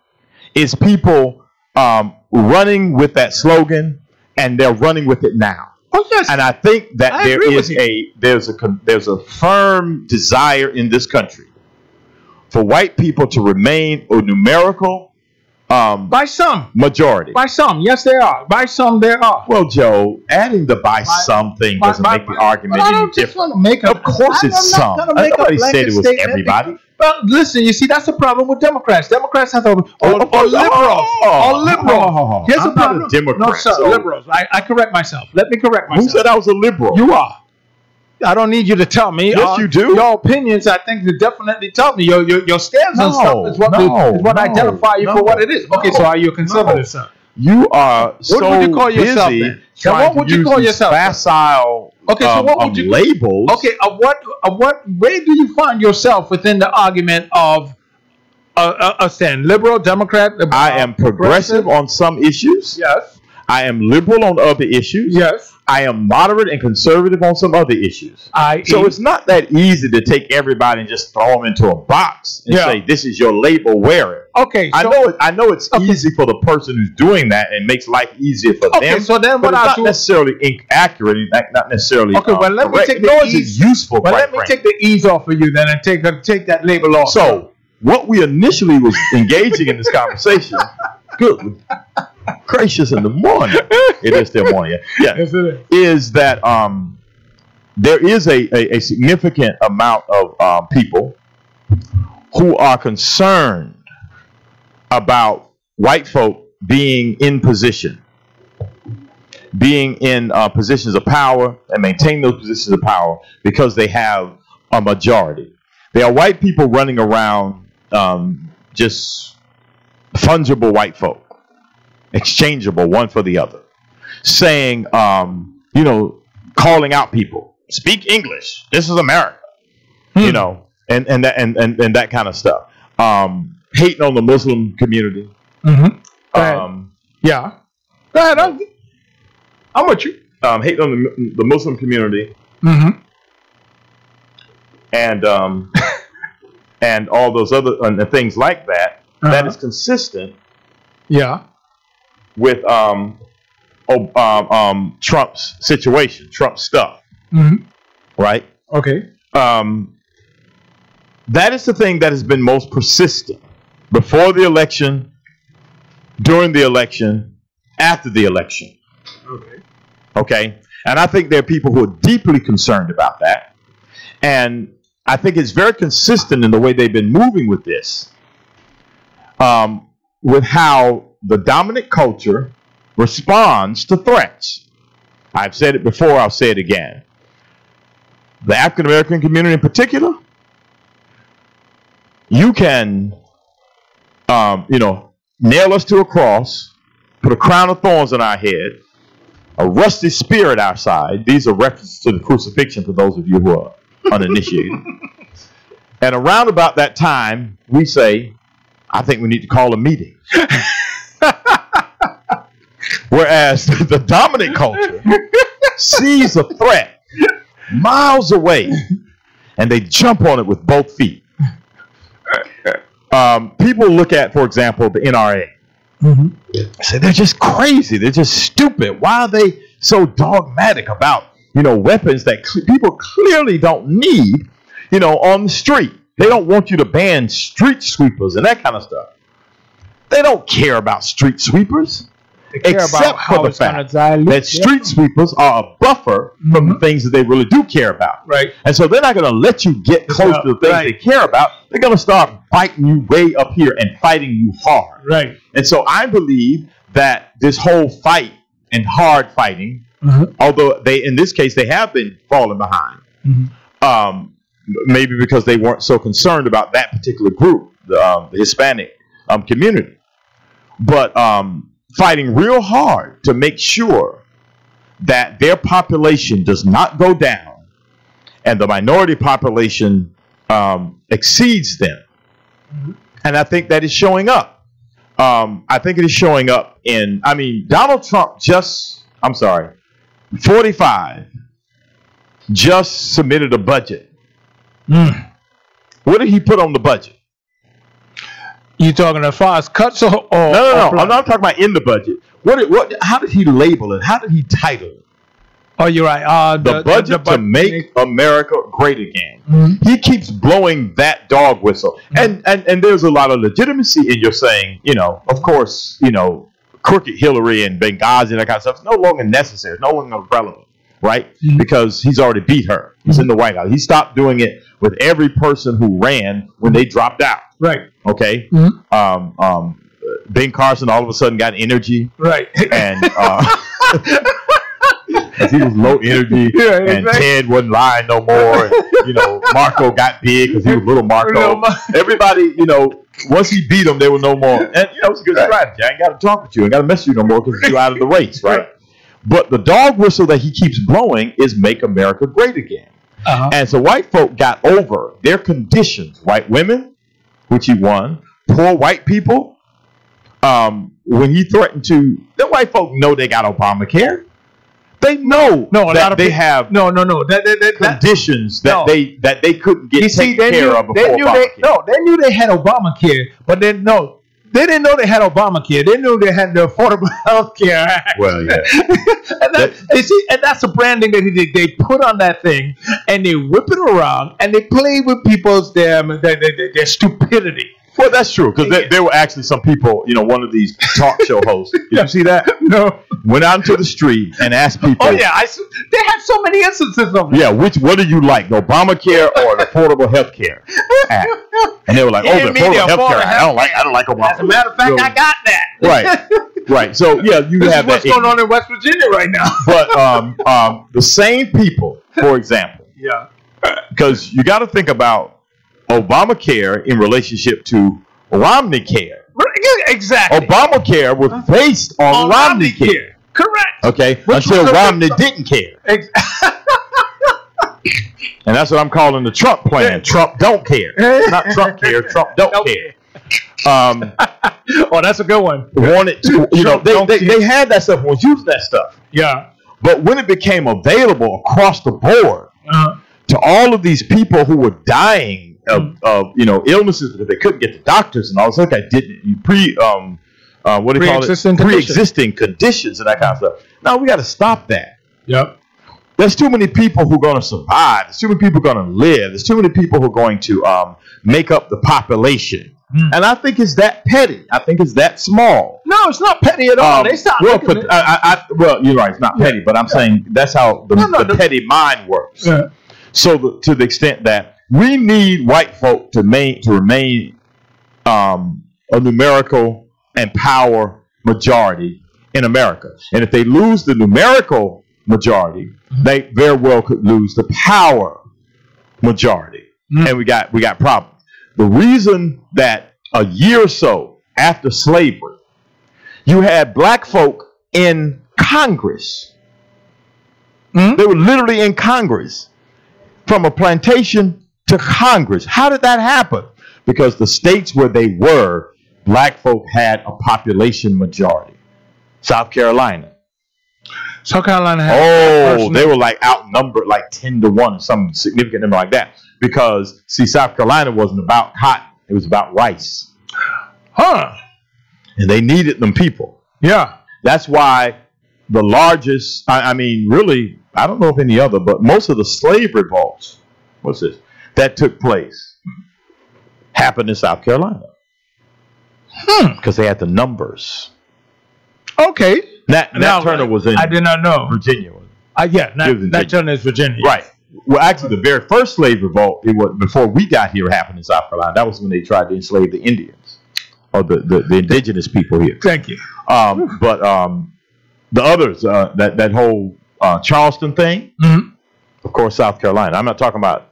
is people um, running with that slogan, and they're running with it now.
oh yes,
And I think that
I
there
agree
is
with
a there's a con- there's a firm desire in this country for white people to remain a numerical um,
by some,
majority.
by some, yes, they are. By some, they are.
well, Joe, adding the by, something
by-
doesn't
by-
make the argument
But I
any
don't just
different.
want to make a.
Of course,
I- I'm
it's
not
some.
gonna make a
Nobody
blanket
said it was
statement
everybody.
But listen, you see, that's the problem with Democrats. Democrats have a or,
Oh,
or
oh,
liberals.
oh,
or liberals.
oh,
Here's
I'm
the
not a
problem.
Democrat,
no, sir,
so-
liberals. I, I correct myself. Let me correct myself.
Who said I was a liberal?
You are. I don't need you to tell me. Uh,
Yes, you do.
Your opinions, I think, you definitely tell me. Your your, your stance
No,
on stuff is what,
no,
is what
no,
identify you
no,
for what it is. Okay,
no,
so are you a conservative, sir?
You are so
What would you call
busy
yourself then? Now,
trying
what would
to
you
use
call
these
yourself then?
Facile,
Okay, so
um,
what would
um,
you-
labels?
Okay, uh, what uh, what where do you find yourself within the argument of a uh, uh, stand liberal, Democrat? uh,
I am progressive on some issues.
Yes,
I am liberal on other issues.
yes.
I am moderate and conservative on some other issues.
I
So it's not that easy to take everybody and just throw them into a box and
Yeah.
say this is your label, wear it.
okay. So,
I know it, I know it's
Okay.
easy for the person who's doing that and makes life easier for
okay,
them.
so then
but
what
it's
I
not
do?
necessarily inaccurate, and not- not necessarily. uh,
Okay, well, let me
correct.
take the
Nor is
ease-
it useful.
Well,
quite
let me
frankly.
take the ease off of you then, and take the, take that label off.
So, what we initially was engaging in this conversation, <laughs> good gracious, in the morning, it is still morning, yeah, yeah
Yes, it is.
is that um, there is a, a, a significant amount of um, people who are concerned about white folk being in position, being in uh, positions of power, and maintain those positions of power because they have a majority. There are white people running around um, just fungible white folk, exchangeable one for the other saying, um, you know, calling out people, speak English. This is America, you know, and and that and, and, and that kind of stuff. Um, hating on the Muslim community.
Mhm. Go ahead.
Um,
Yeah. Go ahead. I'm, I'm with you.
um, hating on the, the Muslim community
Mm-hmm.
and um, <laughs> and all those other and the things like that. that is consistent
Uh-huh. yeah.
with um, Ob- um, um, Trump's situation, Trump's stuff,
Mm-hmm.
right?
Okay.
um, that is the thing that has been most persistent before the election, during the election, after the election.
Okay.
Okay? And I think there are people who are deeply concerned about that. And I think it's very consistent in the way they've been moving with this, um, with how the dominant culture responds to threats. I've said it before, I'll say it again. The African American community in particular, you can, um, you know, nail us to a cross, put a crown of thorns on our head, a rusty spear at our side. These are references to the crucifixion for those of you who are uninitiated. and around about that time, we say, I think we need to call a meeting. Whereas the dominant culture sees a threat miles away and they jump on it with both feet. Um, people look at, for example, the NRA.
Mm-hmm.
I said they're just crazy. They're just stupid. Why are they so dogmatic about you know weapons that cl- people clearly don't need? You know, on the street, they don't want you to ban street sweepers and that kind of stuff. They don't care about street sweepers except for the fact that street sweepers are a buffer from the things that they really do care about.
Right.
And so they're not going to let you get close
not-
to the things
right.
they care about. They're going to start biting you way up here and fighting you hard.
Right.
And so I believe that this whole fight and hard fighting
Mhm.
Although they, in this case, they have been falling behind.
Mhm.
Um, m- maybe because they weren't so concerned about that particular group, the, um, the Hispanic um, community, but um, fighting real hard to make sure that their population does not go down and the minority population um, exceeds them. And I think that is showing up. Um, I think it is showing up in, I mean, Donald Trump just, I'm sorry, 45 just submitted a budget. Hmm.
Mm.
What did he put on the budget?
You talking as far as cuts or, or
No, no, no.
or
I'm not talking about in the budget. What? Did, what? How did he label it? How did he title it?
Oh, you're right. Uh,
The, budget to
bud-
make America great again.
Mhm.
He keeps blowing that dog whistle, and and and there's a lot of legitimacy in your saying, you know, of course, you know, crooked Hillary and Benghazi and that kind of stuff is no longer necessary, no longer relevant, right?
Mhm.
Because he's already beat her. He's in the White House. He stopped doing it with every person who ran when they dropped out.
Right,
Okay,
Mhm.
um, um, Ben Carson all of a sudden got energy.
right. <laughs>
and uh, 'cause he was low energy,
<laughs> Yeah,
and
exactly.
Ted wasn't lying no more. And, you know, Marco got big because he was little Marco.
Little Mar-
Everybody, you know, once he beat them, they were no more. And you know, it's a good strategy. I ain't got to talk with you. I ain't got to mess with you no more because you're out of the race, right? But the dog whistle that he keeps blowing is "Make America Great Again."
Uh-huh.
And so white folk got over their conditions. White women, which he won, poor white people. Um, when he threatened to, the white folk know they got Obamacare. They know
No, a
that
lot of
they
peop-
have
No, no, no. That, that, that, that,
conditions that
No.
they that they couldn't get
you
taken
see, they
care
knew,
of before
they knew they,
Obamacare.
no, they knew they had Obamacare, but then no, they didn't know they had Obamacare. They knew they had the Affordable <laughs> Health Care Act. <laughs>
Well, yeah.
and that, you see, and that's the branding that he did. They put on that thing and they whip it around and they play with people's damn their, their, their, their stupidity.
Well, that's true because there, there were actually some people. You know, one of these talk show
<laughs>
hosts. Did you see that?
No.
Went out into the street and asked people.
Oh yeah, I s they had so many instances of it.
Yeah, which what do you like, the Obamacare or the Affordable Health Care Act? And they were like,
You
"Oh,
didn't
the
mean the
Affordable Health Care.
Affordable
Act. I don't like. I don't like Obamacare."
As a matter of fact, I got that.
right, right. So yeah, you
This is
have
what's
that.
going on in West Virginia right now.
But um, um, the same people, for example,
Yeah.
because you got to think about Obamacare in relationship to Romney Care.
Exactly.
Obamacare was based on, Romney Care,
Correct.
okay?
Which
until
was a-
Romney didn't care,
Ex-
and that's what I'm calling the Trump plan. Trump don't care, not
<laughs>
Trump care. Trump don't
Don't
care. Um,
<laughs> oh, that's a good one.
wanted to, you know,
Trump
they,
don't
they,
care.
they had that stuff, was using that stuff.
Yeah.
But when it became available across the board
Uh,
to all of these people who were dying
Mm.
of, of you know, illnesses because they couldn't get to doctors and all this stuff that didn't pre, um, uh, what do you call
Pre-existing
it?
conditions.
Pre-existing conditions and that kind of stuff. Now we got to stop that.
yep.
There's too many people who are going to survive. There's too many people going to live. There's too many people who are going to um, make up the population.
Mm.
And I think it's that petty. I think it's that small.
No, it's not petty at all.
Um,
they stopped
well,
looking
but
at-
I, I, I, well, you're right. It's not petty, but I'm saying that's how the,
No, no,
the,
the-
petty mind works.
Yeah.
So, the, to the extent that we need white folk to main, to remain um, a numerical and power majority in America, and if they lose the numerical majority,
Mm-hmm.
they very well could lose the power majority,
Mm.
and we got we got problems. The reason that a year or so after slavery, you had black folk in Congress.
Hmm?
They were literally in Congress from a plantation to Congress. How did that happen? Because the states where they were, black folk had a population majority. South Carolina.
South Carolina had
Oh,
person-
they were like outnumbered like 10 to 1 or some significant number like that. Because, see, South Carolina wasn't about cotton, it was about rice.
Huh.
And they needed them people.
Yeah.
That's why the largest, I, I mean, really, I don't know if any other, but most of the slave revolts, what's this, that took place happened in South Carolina
Hmm.
because they had the numbers.
Okay.
Nat, Nat
Now,
Turner was in
I did not know.
Virginia. wasn't
Uh, yeah,
He
not,
was in
not
Virginia.
Turner is Virginia.
he? Right. Well, actually, the very first slave revolt, it was before we got here, happened in South Carolina. That was when they tried to enslave the Indians or the, the, the indigenous people here.
Thank you.
Um, but um, the others, uh, that that whole uh, Charleston thing,
Mhm.
of course, South Carolina. I'm not talking about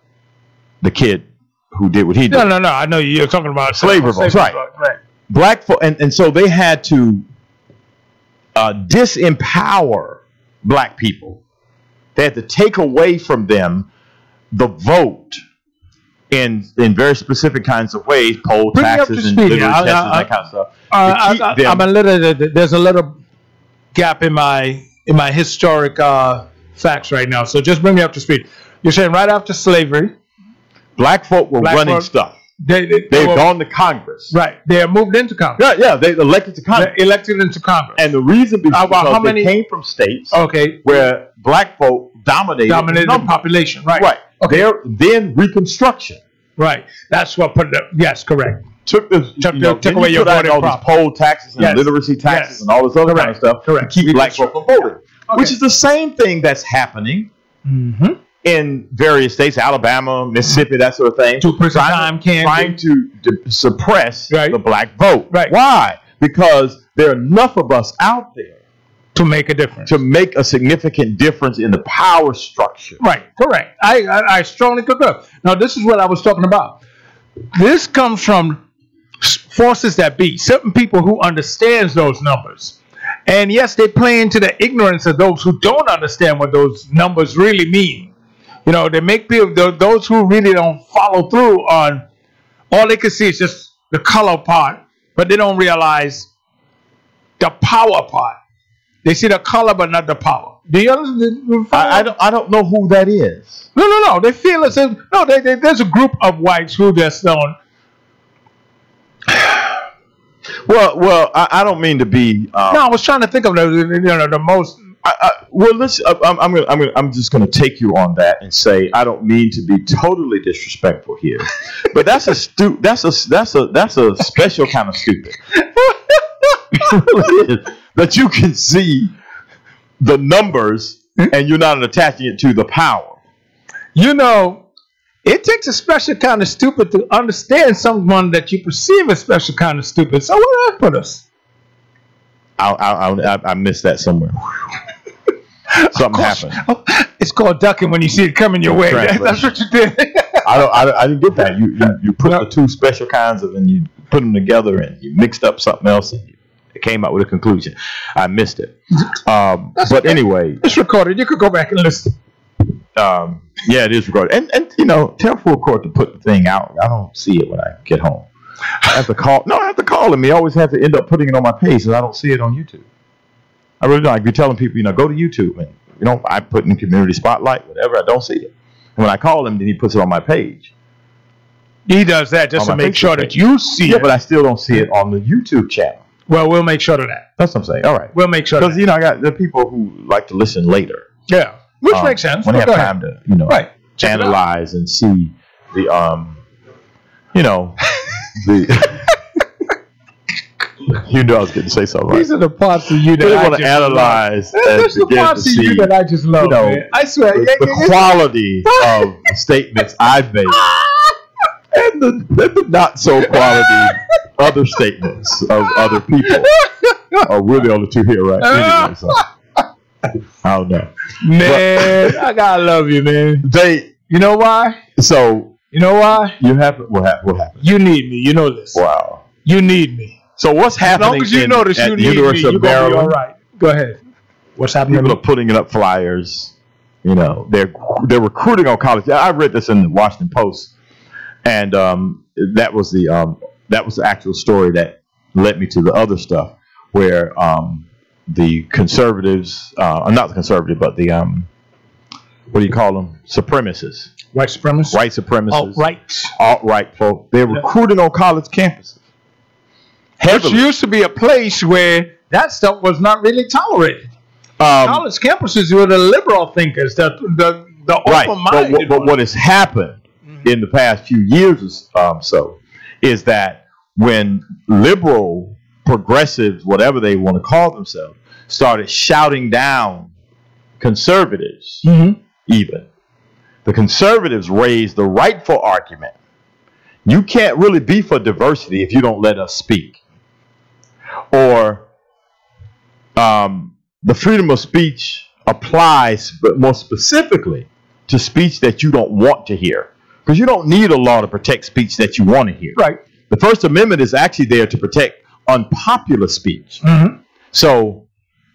the kid who did what he did.
No, no, no. I know you're talking about
Slavery laws, right.
Right.
black folk, and, and so they had to uh, disempower black people. They had to take away from them the vote in in very specific kinds of ways, poll
Bring me up
taxes
to
and
speed.
liberty
I- I-
taxes
I-
and that kind of stuff.
Uh,
keep
I, I,
them-
I'm a little. There's a little gap in my in my historic uh, facts right now. So just bring me up to speed. You're saying right after slavery,
Black folk were
Black
running
folk-
stuff.
they they, they
They've
were-
gone to Congress.
right. They are moved into Congress.
Yeah, yeah, they elected to Congress.
They're elected into Congress.
and the reason be-
Uh,
because
well, how
they
many-
came from states
okay.
where black folk dominated,
Dominated
the
the
number.
population. Right.
Right. There- then Reconstruction.
Right. That's what put it up. Yes. Correct.
took the
Took-
you know,
took
then
away
you
your
put out
voting
all
prop.
these poll taxes and
Yes.
literacy taxes
Yes.
and all this other kind of
Correct.
stuff
Correct.
to keep black
Sure.
folk from voting, which is the same thing that's happening
Mm-hmm.
in various states, Alabama, Mississippi, that sort of thing,
Two person time can
trying to d- suppress
Right.
the black vote.
Right.
Why? Because there are enough of us out there
to make a difference.
to make a significant difference in the power structure.
Right, correct. I, I, I strongly concur. Now, this is what I was talking about. This comes from s- forces that be, certain people who understands those numbers. And yes, they play into the ignorance of those who don't understand what those numbers really mean. You know, they make people, tho- those who really don't follow through on, all they can see is just the color part, but they don't realize the power part. They see the color, but not the power. Do you understand?
I, I don't, I don't know who that is.
No, no, no. They feel as if no. They, they, there's a group of whites who just don't.
Well, well, I, I don't mean to be. Um,
No, I was trying to think of the you know the most.
I, I, well, listen. I, I'm, I'm, gonna, I'm, gonna, I'm just going to take you on that and say I don't mean to be totally disrespectful here, but that's a stu- That's a that's a that's a special kind of <laughs> stupid that you can see the numbers and you're not attaching it to the power.
You know, it takes a special kind of stupid to understand someone that you perceive as special kind of stupid. So where did I put us? <laughs>
I I, I, I- I missed that somewhere. Something happened.
Oh, it's called ducking when you see it coming your way.
Correct.
<laughs> That's what you did.
I don't. I, don't- I didn't get that. You you, you put
No.
the two special kinds of and you put them together and you mixed up something else and you came out with a conclusion. I missed it. Um, but anyway,
it's recorded. You could go back and listen.
um, yeah, it is recorded. And and you know, tell full court to put the thing out. I don't see it when I get home. I have to call. No, I have to call him. He always have to end up putting it on my page, and I don't see it on YouTube. I really don't. I be telling people, you know, go to YouTube, and you know, I put in community spotlight, whatever. I don't see it. And when I call him, then he puts it on my page.
He does that just
On
to
Oh, my
make sure
Facebook
that
page.
you see
Yeah,
it.
but I still don't see it on the YouTube channel.
well, we'll make sure of that.
That's what I'm saying. All right.
We'll make sure. Of
Because,
that.
you know, I got the people who like to listen later.
Yeah, which
um,
makes sense.
When they
Well,
have
go ahead.
time to, you know,
Right. Check it out.
analyze and see the, um, you
<laughs>
know, the. you know, I was going to say something. Right?
These are the parts of you that
They
I
want
just
to
<laughs>
analyze
Love.
and
That's
to
the
get to
parts of
see
you that I just love.
you know,
man. I swear.
the, the quality of the statements I've
<laughs>
made and the, and the not so quality other statements of other
<laughs>
people are really only two here, right? Anyway, so, I don't know.
man, I gotta love you, man.
They
You know why?
so
You know why?
you happen what happened? What happened?
You need me. You know this.
Wow.
You need me.
So what's
As
happening
long as you
in-
know that
at
you
the
need me,
University
you're
of
gonna be all
Maryland?
right. Go ahead. What's
People
happening?
are putting up flyers. You know, they're they're recruiting on college. I read this in the Washington Post, and um, that was the um, that was the actual story that led me to the other stuff where um, the conservatives, uh, not the conservative, but the um, what do you call them? Supremacists,
White supremacists.
white supremacists, Oh,
Alt Oh, right.
alt-right folk. They're recruiting on college campuses.
Which
Heavily.
used to be a place where that stuff was not really tolerated.
Um,
College campuses were the liberal thinkers, the the the
Right. But,
open-minded
what- but
ones.
what has happened in the past few years or s- um, so is that when liberal progressives, whatever they want to call themselves, started shouting down conservatives,
Mhm.
even, the conservatives raised the rightful argument. You can't really be for diversity if you don't let us speak. Or um, the freedom of speech applies, but more specifically, to speech that you don't want to hear. Because you don't need a law to protect speech that you want to hear.
Right.
The First Amendment is actually there to protect unpopular speech.
Mm-hmm.
So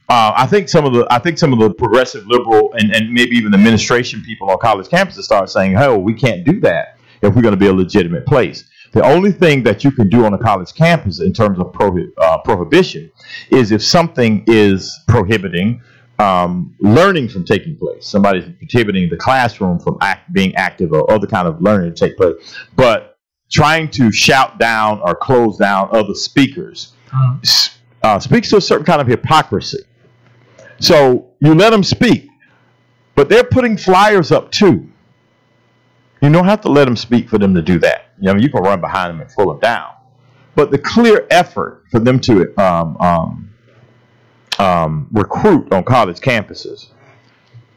uh, I think some of the I think some of the progressive liberal and, and maybe even administration people on college campuses start saying, "Oh, we can't do that if we're going to be a legitimate place." The only thing that you can do on a college campus in terms of prohi- uh, prohibition is if something is prohibiting um, learning from taking place. Somebody's prohibiting the classroom from act- being active or other kind of learning to take place. But trying to shout down or close down other speakers s- uh, speaks to a certain kind of hypocrisy. So you let them speak, but they're putting flyers up too. You don't have to let them speak for them to do that. I mean, you can run behind them and pull them down. But the clear effort for them to um, um, um, recruit on college campuses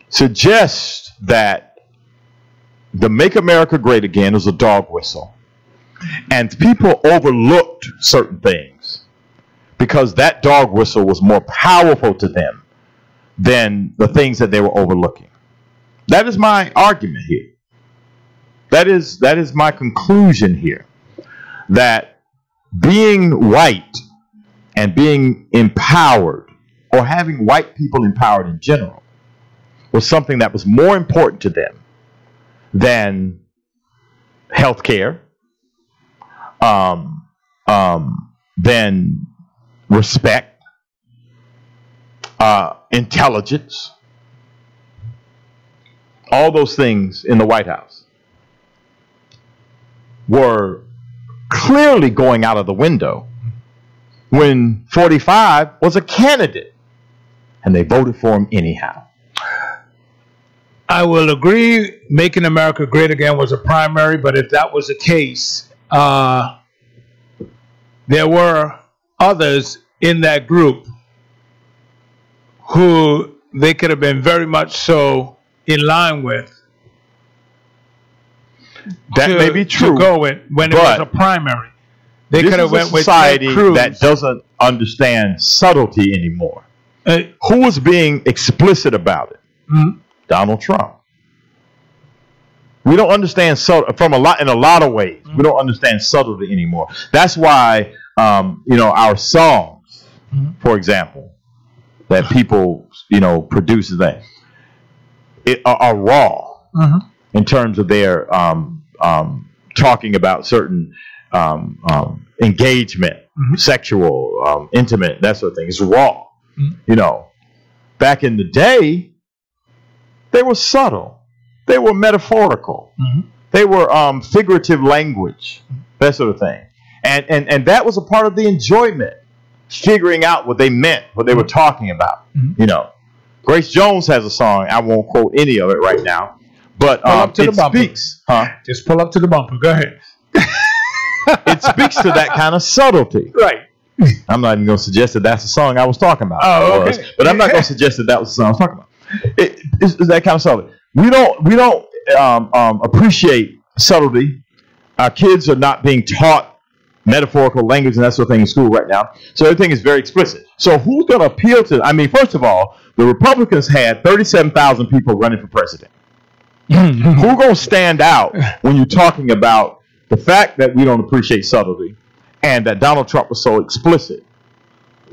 suggests that the Make America Great Again is a dog whistle. And people overlooked certain things because that dog whistle was more powerful to them than the things that they were overlooking. That is my argument here. That is that is my conclusion here. That being white and being empowered or having white people empowered in general was something that was more important to them than health care, um, um, than respect, uh, intelligence, all those things in the White House were clearly going out of the window when 45 was a candidate and they voted for him anyhow.
I will agree. Making America Great Again was a primary, but if that was the case, uh, there were others in that group who they could have been very much so in line with.
That
to,
may be true.
To go with when it was
but
a primary, they
this
could have
is
went
a
with
society
Ted Cruz.
that doesn't understand subtlety anymore.
Uh,
Who was being explicit about it?
mm,
Donald Trump. We don't understand subtle from a lot in a lot of ways. We don't understand subtlety anymore. That's why um, you know our songs,
Mhm.
for example, that people you know produce that it, are, are raw
mhm.
in terms of their um, um, talking about certain um, um, engagement,
Mhm.
sexual, um, intimate, that sort of thing. It's raw.
Mhm.
You know, back in the day, they were subtle, they were metaphorical,
Mhm.
they were um, figurative language, that sort of thing. And, and, and that was a part of the enjoyment, figuring out what they meant, what they were talking about.
Mhm.
You know, Grace Jones has a song. I won't quote any of it right now. But
Pull
um,
up to
it
the bumper.
speaks, huh?
Just pull up to the bumper. Go ahead.
It speaks to that kind of subtlety.
Right.
I'm not even going to suggest that that's the song I was talking about.
Oh,
It was,
okay.
But I'm not going to suggest that that was the song I was talking about. It, it's, it's that kind of subtlety. We don't we don't um, um, appreciate subtlety. Our kids are not being taught metaphorical language and that sort of thing in school right now. So everything is very explicit. So who's going to appeal to? I mean, first of all, the Republicans had 37,000 people running for president. who gonna stand out when you're talking about the fact that we don't appreciate subtlety and that Donald Trump was so explicit?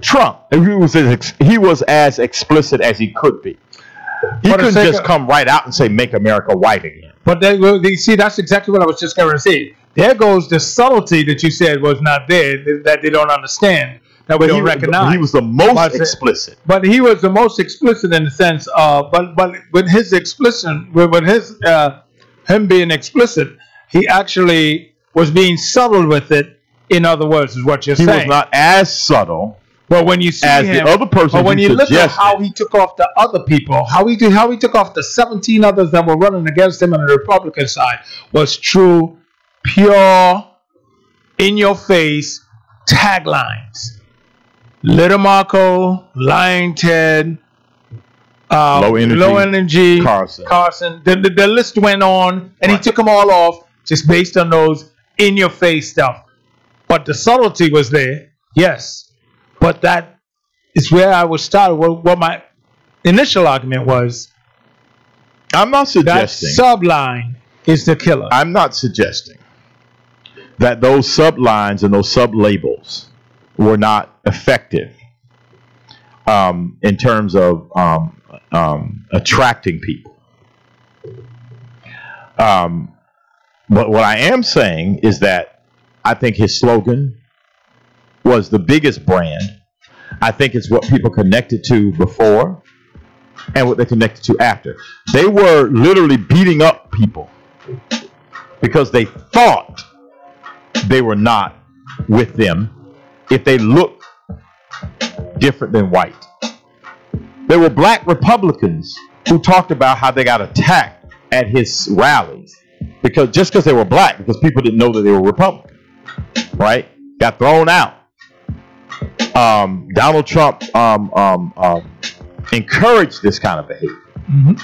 Trump, he was as, ex- he was as explicit as he could be. He
For the
couldn't
sake
just
of-
come right out and say "Make America White Again."
But they, well, they, see, that's exactly what I was just going to say. There goes the subtlety that you said was not there, th- that they don't understand, that we
He
don't
was-
recognize.
he was the
But
most
the-
explicit.
but he was the most explicit in the sense of, but but with his explicit, with, with his uh, him being explicit, he actually was being subtle with it. In other words, is what you're
He was
saying.
not as subtle
But when you see
as
him,
the other person.
but when
who
you look at
suggested-
how he took off the other people, how he did, how he took off the 17 others that were running against him on the Republican side was true, pure, in your face taglines. Little Marco, Lion Ted, uh,
Low Energy,
low energy,
Carson.
Carson. The, the, the list went on, and he
Right.
took them all off just based on those in your face stuff. But the subtlety was there, yes. But that is where I would start. What, what my initial argument was
I'm not
that
suggesting.
subline is the killer.
I'm not suggesting that those sublines and those sublabels were not effective um, in terms of um, um, attracting people. Um, but what I am saying is that I think his slogan was the biggest brand. I think it's what people connected to before and what they connected to after. They were literally beating up people because they thought they were not with them if they looked different than white. There were black Republicans who talked about how they got attacked at his rallies because just because they were black, because people didn't know that they were Republican, right? Got thrown out. Um, Donald Trump um, um, um, encouraged this kind of behavior.
Mhm.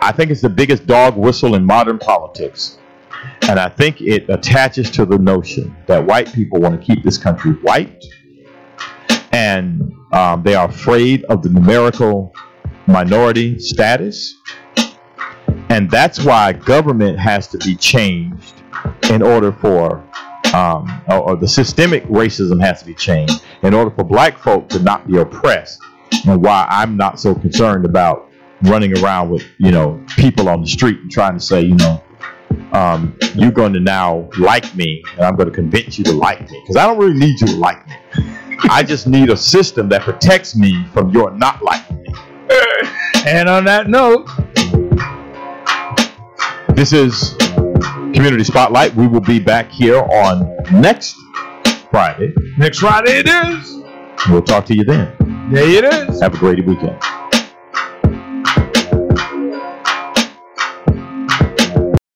I think it's the biggest dog whistle in modern politics. And I think it attaches to the notion that white people want to keep this country white. And um, they are afraid of the numerical minority status. And that's why government has to be changed in order for, um, or, or the systemic racism has to be changed in order for black folk to not be oppressed. And why I'm not so concerned about running around with you know people on the street and trying to say you know um, you're going to now like me and i'm going to convince you to like me because i don't really need you to like me i just need a system that protects me from your not liking me
and on that note,
this is community spotlight we will be back here on next friday
next Friday it is.
we'll talk to you then
There it is.
have a great weekend